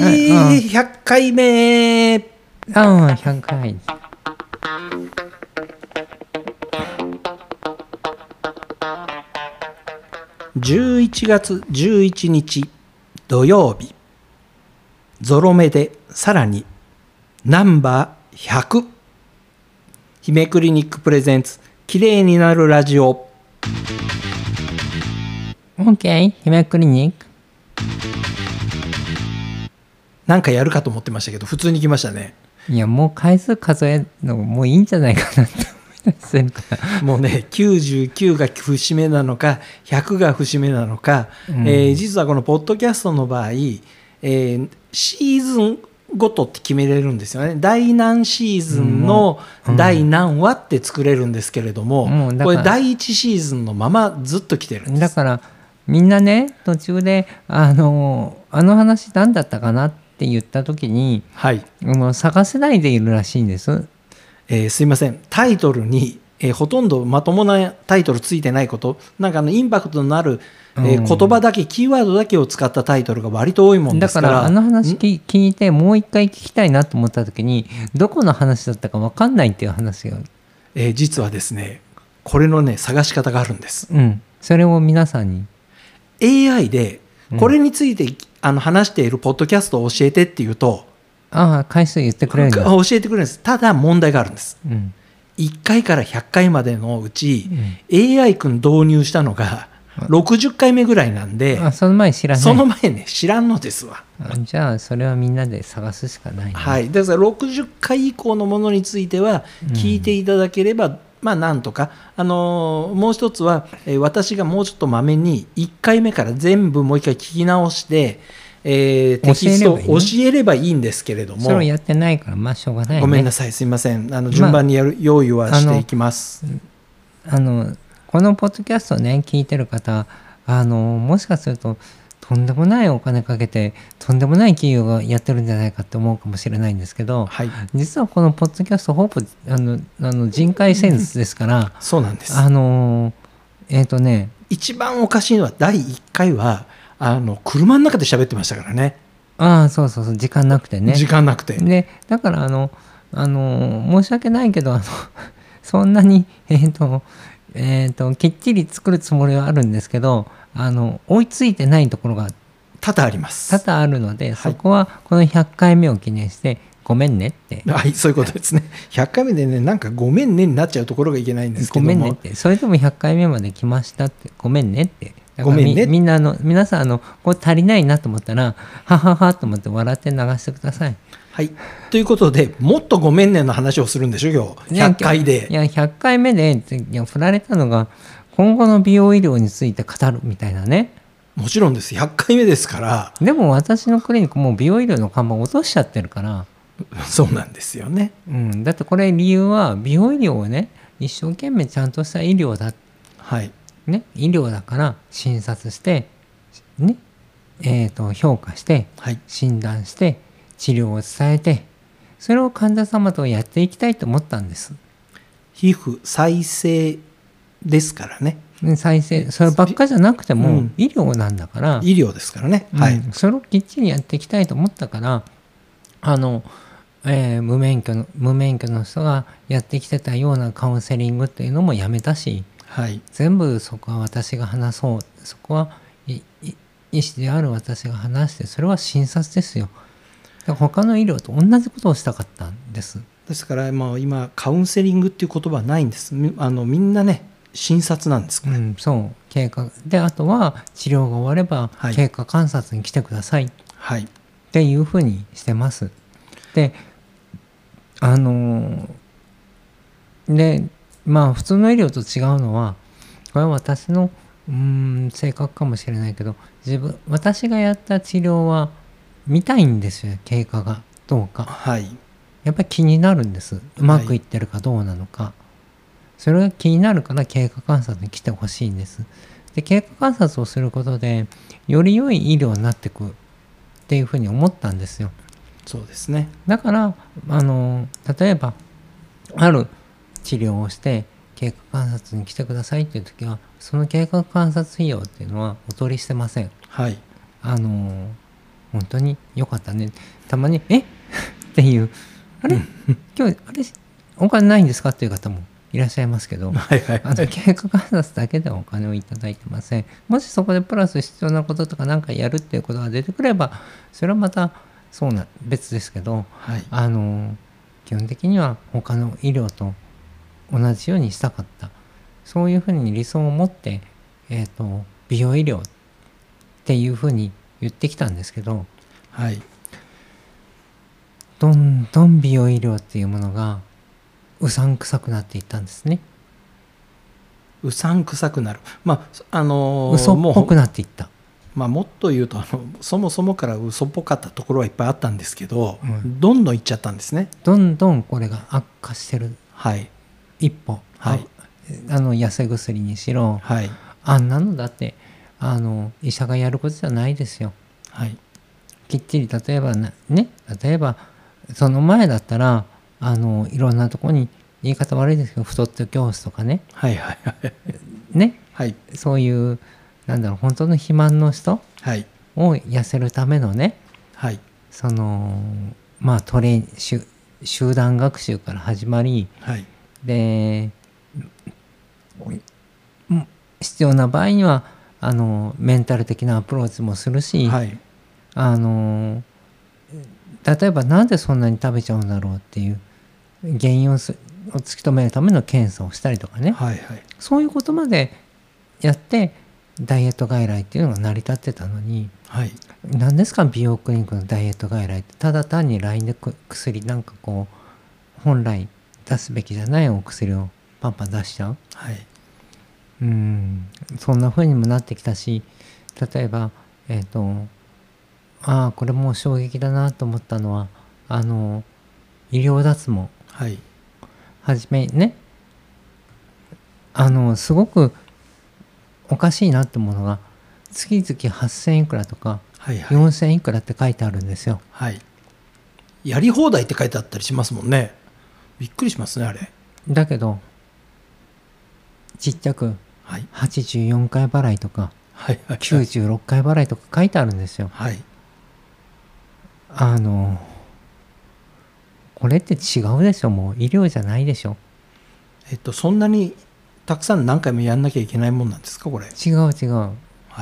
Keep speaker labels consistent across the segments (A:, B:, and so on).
A: 100回目、
B: うん、100回。
A: 11月11日土曜日ゾロ目でさらにナンバー100姫クリニックプレゼンツ綺麗になるラジオ
B: OK、姫クリニック。
A: なんかやるかと思ってましたけど普通に来ましたね
B: いや、もう回数数えるのもういいんじゃないかなって思い出せるか ら。
A: もうね99が節目なのか100が節目なのか、
B: うん
A: えー実はこのポッドキャストの場合、えーシーズンごとって決めれるんですよね第何シーズンの
B: うん
A: 第何話って作れるんですけれども、
B: うんだ
A: こ
B: から
A: れ第1シーズンのままずっと来てるんで
B: だ
A: す。
B: から、みんなね、途中で、あの、あの話何だったかなって言った時に、
A: はい
B: もう探せないでいるらしいんです。
A: えーすいませんタイトルに、えーほとんどまともなタイトルついてないことなんかあのインパクトのある、えー
B: うん
A: 言葉だけキーワードだけを使ったタイトルが割と多いもんで
B: だ
A: すか
B: からら、あの話き聞いて、もう一回聞きたいなと思った時に、どこの話だったか分かんないっていう話が、
A: えー実はですねこれのね探し方があるんです
B: うん、それを皆さんに。
A: AI で
B: うん
A: これについて、あの話しているポッドキャストを教えてっていうと
B: ああ、回数言ってくれるんだ。
A: 教えてくれるんですただ問題があるんです
B: うん。
A: 1回から100回までのうち
B: う、ん
A: AI 君導入したのが60回目ぐらいなんで、
B: あその前知らない
A: その前ね知らんのですわ
B: あじゃあそれはみんなで探すしかないね、
A: はい、だから60回以降のものについては
B: うん
A: 聞いていただければ、まあなんとか、あのーもう一つは、えー私がもうちょっとまめに1回目から全部もう一回聞き直して、えーテキストを教
B: 教
A: えればいいんですけれども
B: それをやってないからまあしょうがない、ね、
A: ごめんな
B: さ
A: さいすいませんあの順番にやる用意はしていきます、
B: いあのこのポッドキャストね聞いてる方あのもしかするととんでもないお金かけてとんでもない企業がやってるんじゃないかって思うかもしれないんですけど
A: はい
B: 実はこのポッドキャストほぼあのあの人海戦術ですから
A: そうなんです
B: あのえっ、とね
A: 一番おかしいのは第1回はあの車の中で喋ってましたからね
B: ああそうそうそう時間なくてね
A: 時間なくて、
B: でだからあのあの申し訳ないけどあの そんなにえっ、とえっ、ときっちり作るつもりはあるんですけどあの追いついてないところが
A: 多々あります
B: 多々あるの
A: は
B: で、
A: い
B: そこはこの100回目を記念してごめんねって。
A: はい、そういうことですね。100回目でね、なんかごめんねになっちゃうところがいけないんですけ
B: ご
A: ども。
B: めんねってそれでも100回目まで来ましたってごめんねってだから
A: ごめんね
B: みみんなあの皆さんあのこれ足りないなと思ったらはははと思って笑って流してください
A: はい。ということで、もっとごめんねの話をするんでしょ、今
B: い
A: 日。
B: や
A: 100回
B: い
A: で。
B: や100回目でいや振られたのが今後の美容医療について語るみたいなね
A: もちろんです。100回目ですから、
B: でも私のクリニックもう美容医療の看板落としちゃってるから、
A: そうなんですよね。
B: うん、だってこれ理由は美容医療をね一生懸命ちゃんとした医療だ
A: はい。
B: ね医療だから診察してねえーと評価して
A: はい。
B: 診断して治療を伝えてそれを患者様とやっていきたいと思ったんです。
A: 皮膚再生ですからね。
B: ね再生そればっかじゃなくて
A: う
B: も
A: ん
B: 医療なんだから、
A: 医療ですからね。はい。
B: うんそれをきっちりやっていきたいと思ったからあの、えー無免許の無免許の人がやってきてたようなカウンセリングっていうのもやめたし
A: はい。
B: 全部そこは私が話そうそこはいい医師である私が話してそれは診察ですよ。だから他の医療と同じことをしたかったんです。
A: ですから、まあ、今、カウンセリングっていう言葉はないんです。みあのみんなね、診察なんです。
B: うん、そう経過であとは治療が終われば
A: はい
B: 経過観察に来てください
A: はい。
B: っていうふうにしてます。であのーでまあ普通の医療と違うのはこれは私のうーん性格かもしれないけど自分私がやった治療は見たいんですよ経過がどうか
A: はい。
B: やっぱり気になるんですうまくいってるかどうなのか、それが気になるから経過観察に来てほしいんですで経過観察をすることでより良い医療になってくっていうふうに思ったんですよ
A: そうですね。
B: だからあの例えばある治療をして経過観察に来てくださいっていう時はその経過観察費用っていうのはお取りしてません
A: はい。
B: あの本当に良かったねたまに「え っていう「あれ今日あれお金ないんですか?」っていう方もいらっしゃいます けど
A: はいはい
B: あ
A: は
B: の
A: い。
B: 経過観察だけではお金をいただいてませんもしそこでプラス必要なこととか何かやるっていうことが出てくればそれはまたそうな別ですけど
A: はい
B: あの基本的には他の医療と同じようにしたかったそういうふうに理想を持って、えー、と美容医療っていうふうに言ってきたんですけど
A: はい
B: どんどん美容医療っていうものがうさんくさくなっていったんですね
A: うさんくさくなる。まあ、あのー
B: 嘘っぽ
A: も
B: くなっていった
A: う、まあ、もっと言うとあの、そもそもから嘘っぽかったところはいっぱいあったんですけど、
B: うん
A: どんどんいっちゃったんですね。
B: どんどんこれが悪化してる
A: はい。
B: 一歩、
A: はい
B: ああの痩せ薬にしろ
A: はい。
B: あんなのだってあの医者がやることじゃないですよ
A: はい。
B: きっちり例えばなね例えばその前だったらあのいろんなとこに言い方悪いですけど太って教室とかね
A: はい。はい。はい。
B: ね
A: はい。
B: そういうなんだろう本当の肥満の人
A: はい。
B: を痩せるためのね
A: はい。
B: そのまあトレー集集団学習から始まり
A: はい。
B: でうん必要な場合にはあのメンタル的なアプローチもするし、
A: はい。
B: あの例えばなんでそんなに食べちゃうんだろうっていう原因をすを突き止めるための検査をしたりとかね、
A: はい。はい。
B: そういうことまでやってダイエット外来っていうのが成り立ってたのに
A: はい。
B: 何ですか美容クリニックのダイエット外来ってただ単に LINE でく薬なんかこう本来出すべきじゃないお薬をパンパン出しちゃう
A: はい。
B: うんそんな風にもなってきたし例えばえっ、とああこれもう衝撃だなと思ったのはあの医療脱毛
A: はい。
B: はじめねあのすごくおかしいなってものが月々8,000いくらとか
A: はい。はい。
B: 4,000いくらって書いてあるんですよ。
A: はい。やり放題って書いてあったりしますもんね。びっくりしますね、あれ。
B: だけどちっちゃく
A: はい。
B: 84回払いとか
A: はい。はい。
B: 96回払いとか書いてあるんですよ。
A: はい。
B: あのこれって違うでしょもう医療じゃないでしょ
A: えっと、そんなにたくさん何回もやんなきゃいけないもんなんですか、これ。
B: 違う違う
A: は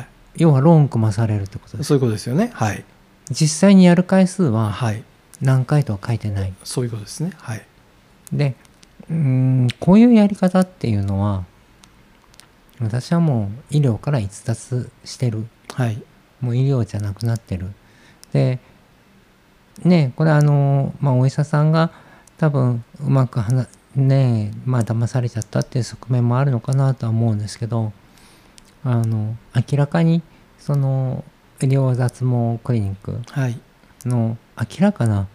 A: い。
B: 要はローン組まされるってことです
A: そういうことですよね。はい。
B: 実際にやる回数は
A: はい。
B: 何回とは書いてない
A: そういうことですね。はい。
B: でうーんこういうやり方っていうのは私はもう医療から逸脱してる
A: はい。
B: もう医療じゃなくなってる。でねこれあの、まあ、お医者さんが多分うまくはなねまあ騙されちゃったっていう側面もあるのかなとは思うんですけどあの明らかにその医療脱毛クリニック
A: はい。
B: の明らかな、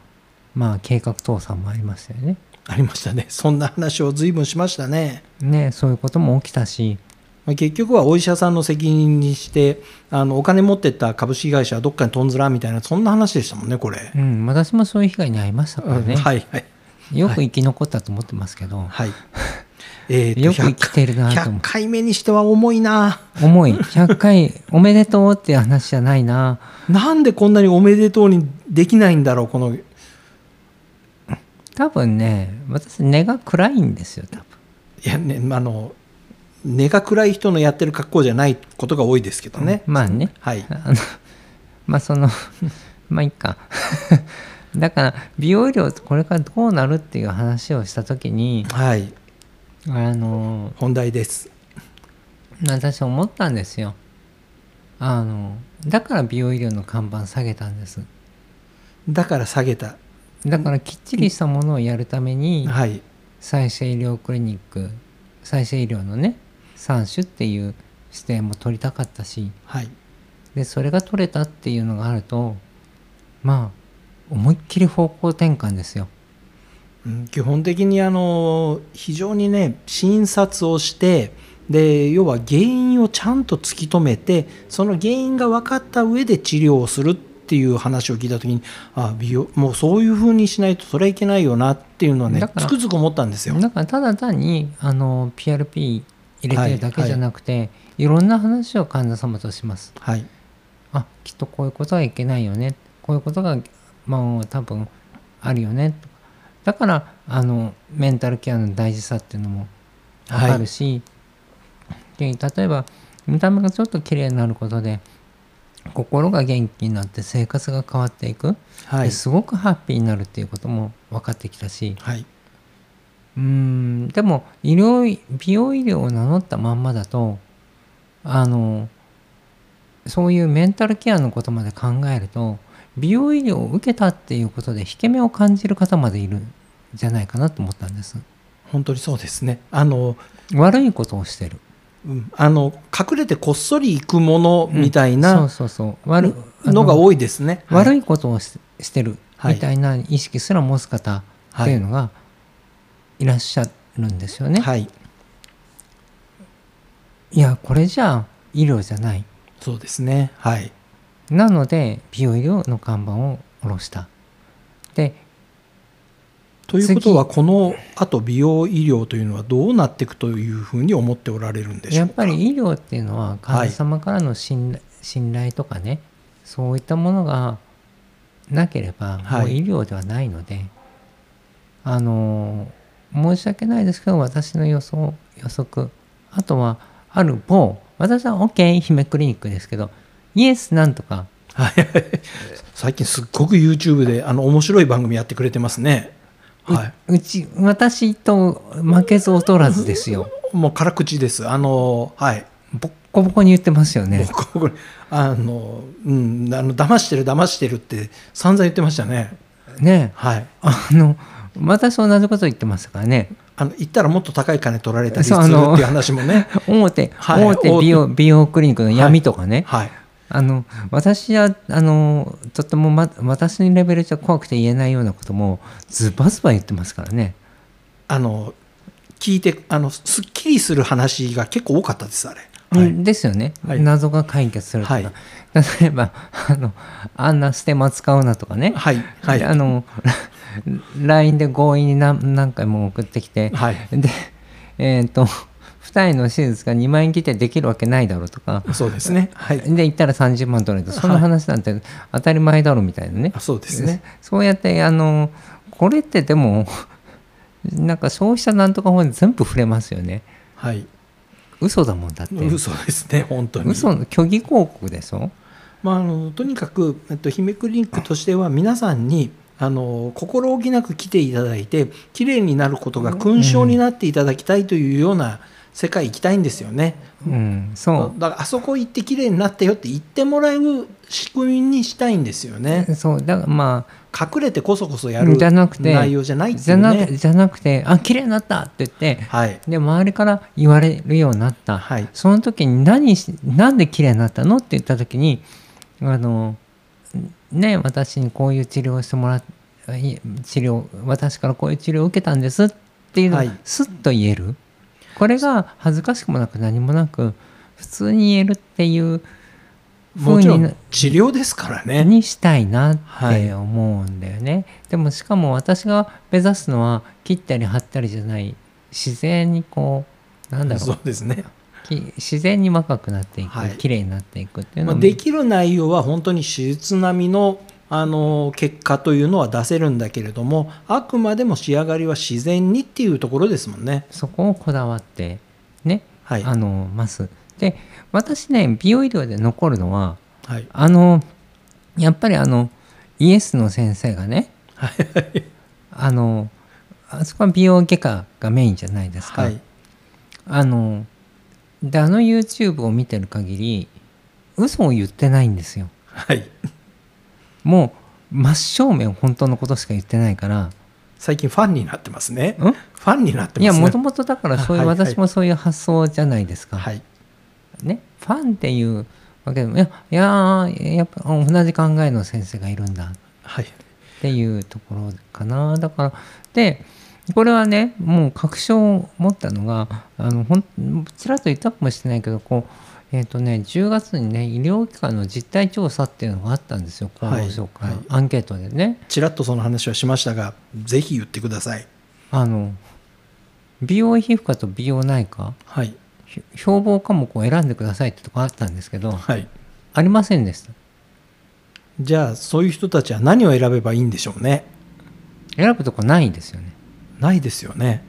B: まあ、計画倒産もありましたよね。
A: ありましたね。 そんな話を随分しましたね。
B: ねそういうことも起きたし
A: まあ結局はお医者さんの責任にして、あのお金持ってった株式会社はどっかにとんずらみたいな、そんな話でしたもんね、これ。
B: うん、私もそういう被害に遭いましたからね、
A: はい。はい。
B: よく生き残ったと思ってますけど、
A: はい。えーと
B: よく生きてるなと
A: 100
B: 思う
A: 回目にしては重いな。
B: 重い100回おめでとうっていう話じゃないな
A: なんでこんなにおめでとうにできないんだろう、この。
B: 多分ね私根が暗いんですよ多分
A: いやね、まああの、根が暗い人のやってる格好じゃないことが多いですけどね。
B: まあね
A: はい。
B: あのまあその まあいいか だから美容医療ってこれからどうなるっていう話をした時に
A: はい。
B: あの
A: 本題です。
B: 私思ったんですよあのだから美容医療の看板下げたんです
A: だから下げた。
B: だからきっちりしたものをやるために
A: はい。
B: 再生医療クリニック再生医療のね3種っていう視点も取りたかったし
A: はい。
B: でそれが取れたっていうのがあるとまあ思いっきり方向転換ですよ。
A: うん基本的にあの非常にね診察をしてで要は原因をちゃんと突き止めてその原因が分かった上で治療をするっていう話を聞いた時にあ美容もうそういうふうにしないとそれはいけないよなっていうのはね
B: だから
A: つくづく思ったんですよ。
B: だからただ単にあの PRP 入れてるだけじゃなくて、いろんな話を患者様とします。
A: はい、
B: あきっとこういうことはいけないよねこういうことがまあ多分あるよねだからあのメンタルケアの大事さっていうのもわかるし、で例えば見た目がちょっと綺麗になることで心が元気になって生活が変わっていく、
A: はい
B: ですごくハッピーになるっていうことも分かってきたし
A: はい、
B: うんでも医療医美容医療を名乗ったまんまだとあのそういうメンタルケアのことまで考えると美容医療を受けたっていうことで引け目を感じる方までいるんじゃないかなと思ったんです
A: 本当にそうですねあの、
B: 悪いことをしてる
A: うん、あの隠れてこっそり行くものみたい
B: そう
A: な
B: そうそう悪い
A: のが多いですね、はい
B: 悪いことをししてる
A: はい
B: みたいな意識すら持つ方っていうのがいらっしゃるんですよね。
A: はい
B: いやこれじゃあ医療じゃない。
A: そうですねはい
B: なので美容医療の看板を下ろした。で
A: ということはこのあと美容医療というのはどうなっていくというふうに思っておられるんでしょ
B: や
A: う
B: っ
A: か
B: ぱり医療っていうのは患者様からの信頼,、信頼とかねそういったものがなければ
A: はい
B: もう医療ではないので、あの申し訳ないですけど私の予想予測あとはある某私は OK 姫クリニックですけどイエスなんとか
A: はい 最近すっごく YouTube であの面白い番組やってくれてますね
B: う,、
A: は
B: ち私と負けず劣らずですよ
A: いもう辛口ですあのはい
B: ボッコボコに言ってますよね
A: 僕これあのうんあの騙してる騙してるって散々言ってましたね
B: ね
A: はい
B: あの私と同じこと言ってましたからね
A: あの行ったらもっと高い金取られたりする
B: そ
A: っ
B: うあ
A: てい
B: の
A: う話もね
B: 大手、
A: はい
B: 大手美容美容クリニックの闇とかね、
A: はい
B: あの私はあのとっても、ま、私のレベルじゃ怖くて言えないようなこともズバズバ言ってますからね
A: あの聞いてあのすっきりする話が結構多かったですあれ、はい
B: ですよね、
A: はい
B: 謎が解決するとか、
A: はい
B: 例えばあのあんなステマ使うなとかね、
A: はいはい
B: あの LINE で強引に何何回も送ってきて、
A: はい
B: でえっ、と二重の手術が2万円切ってできるわけないだろうとか
A: そうです ねはい
B: で行ったら30万取れるとその
A: はい
B: 話なんて当たり前だろみたいなね
A: あそうですね
B: そうやってあのこれってでも なんか消費者なんとか法に全部触れますよね
A: はい
B: 嘘だもんだって
A: 嘘ですね本当に
B: 嘘の虚偽広告でしょ
A: まあ、あのとにかく、えっと、姫クリニックとしては皆さんにあの心置きなく来ていただいて綺麗になることが勲章になっていただきたいというような世界行きたいんですよね。
B: うんそ
A: だからあそこ行って綺麗になったよって言ってもらう仕組みにしたいんですよね
B: う。そうだからまあ
A: 隠れてこそこそやる
B: じゃなくて
A: 内容じゃないって
B: じ
A: い
B: ゃ
A: う
B: なく
A: ね。
B: じゃなくてあ綺麗になったって言って
A: はい
B: で周りから言われるようになった、
A: はい
B: その時に何しなんで綺麗になったのって言った時にあのね私にこういう治療をしてもらっい治療私からこういう治療を受けたんですっていうの
A: はい
B: がスッと言える、これが恥ずかしくもなく何もなく普通に言えるっていう
A: もちろん
B: 風
A: 治療ですからね。
B: にしたいなっ
A: はい
B: て思うんだよね、でもしかも私が目指すのは切ったり貼ったりじゃない自然にこうなんだろう
A: そうですね。
B: き自然に若くなっていく、
A: はい
B: 綺麗になっていくっていう
A: ま
B: の
A: あ、
B: も
A: できる内容は本当に手術並みのあの結果というのは出せるんだけれどもあくまでも仕上がりは自然にっていうところですもんね。
B: そこをこだわってね、
A: はい、
B: あのますで私ね美容医療で残るのは
A: はい、
B: あのやっぱりあのイエスの先生がねあのあそこは美容外科がメインじゃないですか、
A: はい、
B: あのであの YouTube を見てる限り嘘を言ってないんですよ
A: はい、
B: もう真正面本当のことしか言ってないから
A: 最近ファンになってますね。
B: ん
A: ファンになって
B: い
A: ますね。
B: やもともとだからそういう
A: あはいはい
B: 私もそういう発想じゃないですか、
A: はい、
B: ね、ファンっていうわけでもいやいやーやっぱ同じ考えの先生がいるんだ
A: はい、
B: っていうところかなだからでこれはねもう確証を持ったのがあのほんちらっと言ったかもしれないけどこうえっ、とね10月にね医療機関の実態調査っていうのがあったんですよ厚労省から、
A: はいはい
B: アンケートでね
A: ちらっとその話はしましたがぜひ言ってください。
B: あの美容皮膚科と美容内科
A: はい、
B: ひ標榜科目を選んでくださいってとこあったんですけど
A: はい、
B: ありませんでした
A: じゃあそういう人たちは何を選べばいいんでしょうね
B: 選ぶとこないんですよね、
A: ないですよね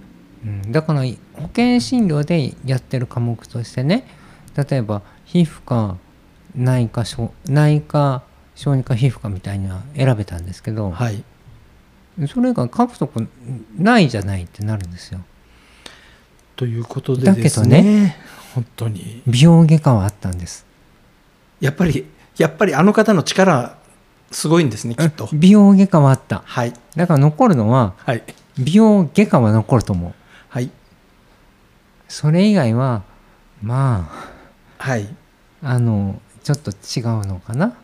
B: うん、だから保険診療でやってる科目としてね例えば皮膚科内科小内科小児科皮膚科みたいには選べたんですけど、
A: はい
B: それが書くとこないじゃないってなるんですよ
A: ということで
B: だけ
A: で
B: ど
A: す
B: ね
A: ね本当に
B: 美容外科はあったんです
A: やっぱりやっぱりあの方の力すごいんですねきっと
B: 美容外科はあった
A: はい
B: だから残るのは
A: はい
B: 美容外科は残ると思う
A: はい
B: それ以外はま
A: はい
B: ああのちょっと違うのかな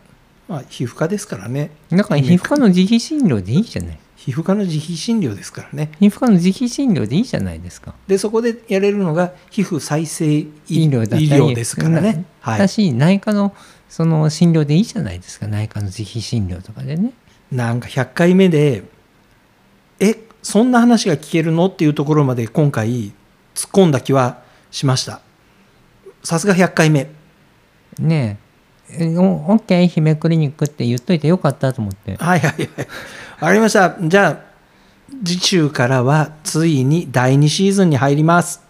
A: まあ皮膚科ですからね
B: だから皮膚科の自費診療でいいじゃない
A: 皮膚科の自費診療ですからね
B: 皮膚科の自費診療でいいじゃないですか
A: でそこでやれるのが皮膚再生医
B: 医療だったり
A: 医療ですからねは
B: だ
A: い
B: し内科のその診療でいいじゃないですか内科の自費診療とかでね
A: なんか100回目でえそんな話が聞けるのっていうところまで今回突っ込んだ気はしましたさすが100回目
B: ねええお OK 姫クリニックって言っといてよかったと思って
A: はいはいはい。わかりました。じゃあ、次週からはついに第2シーズンに入ります。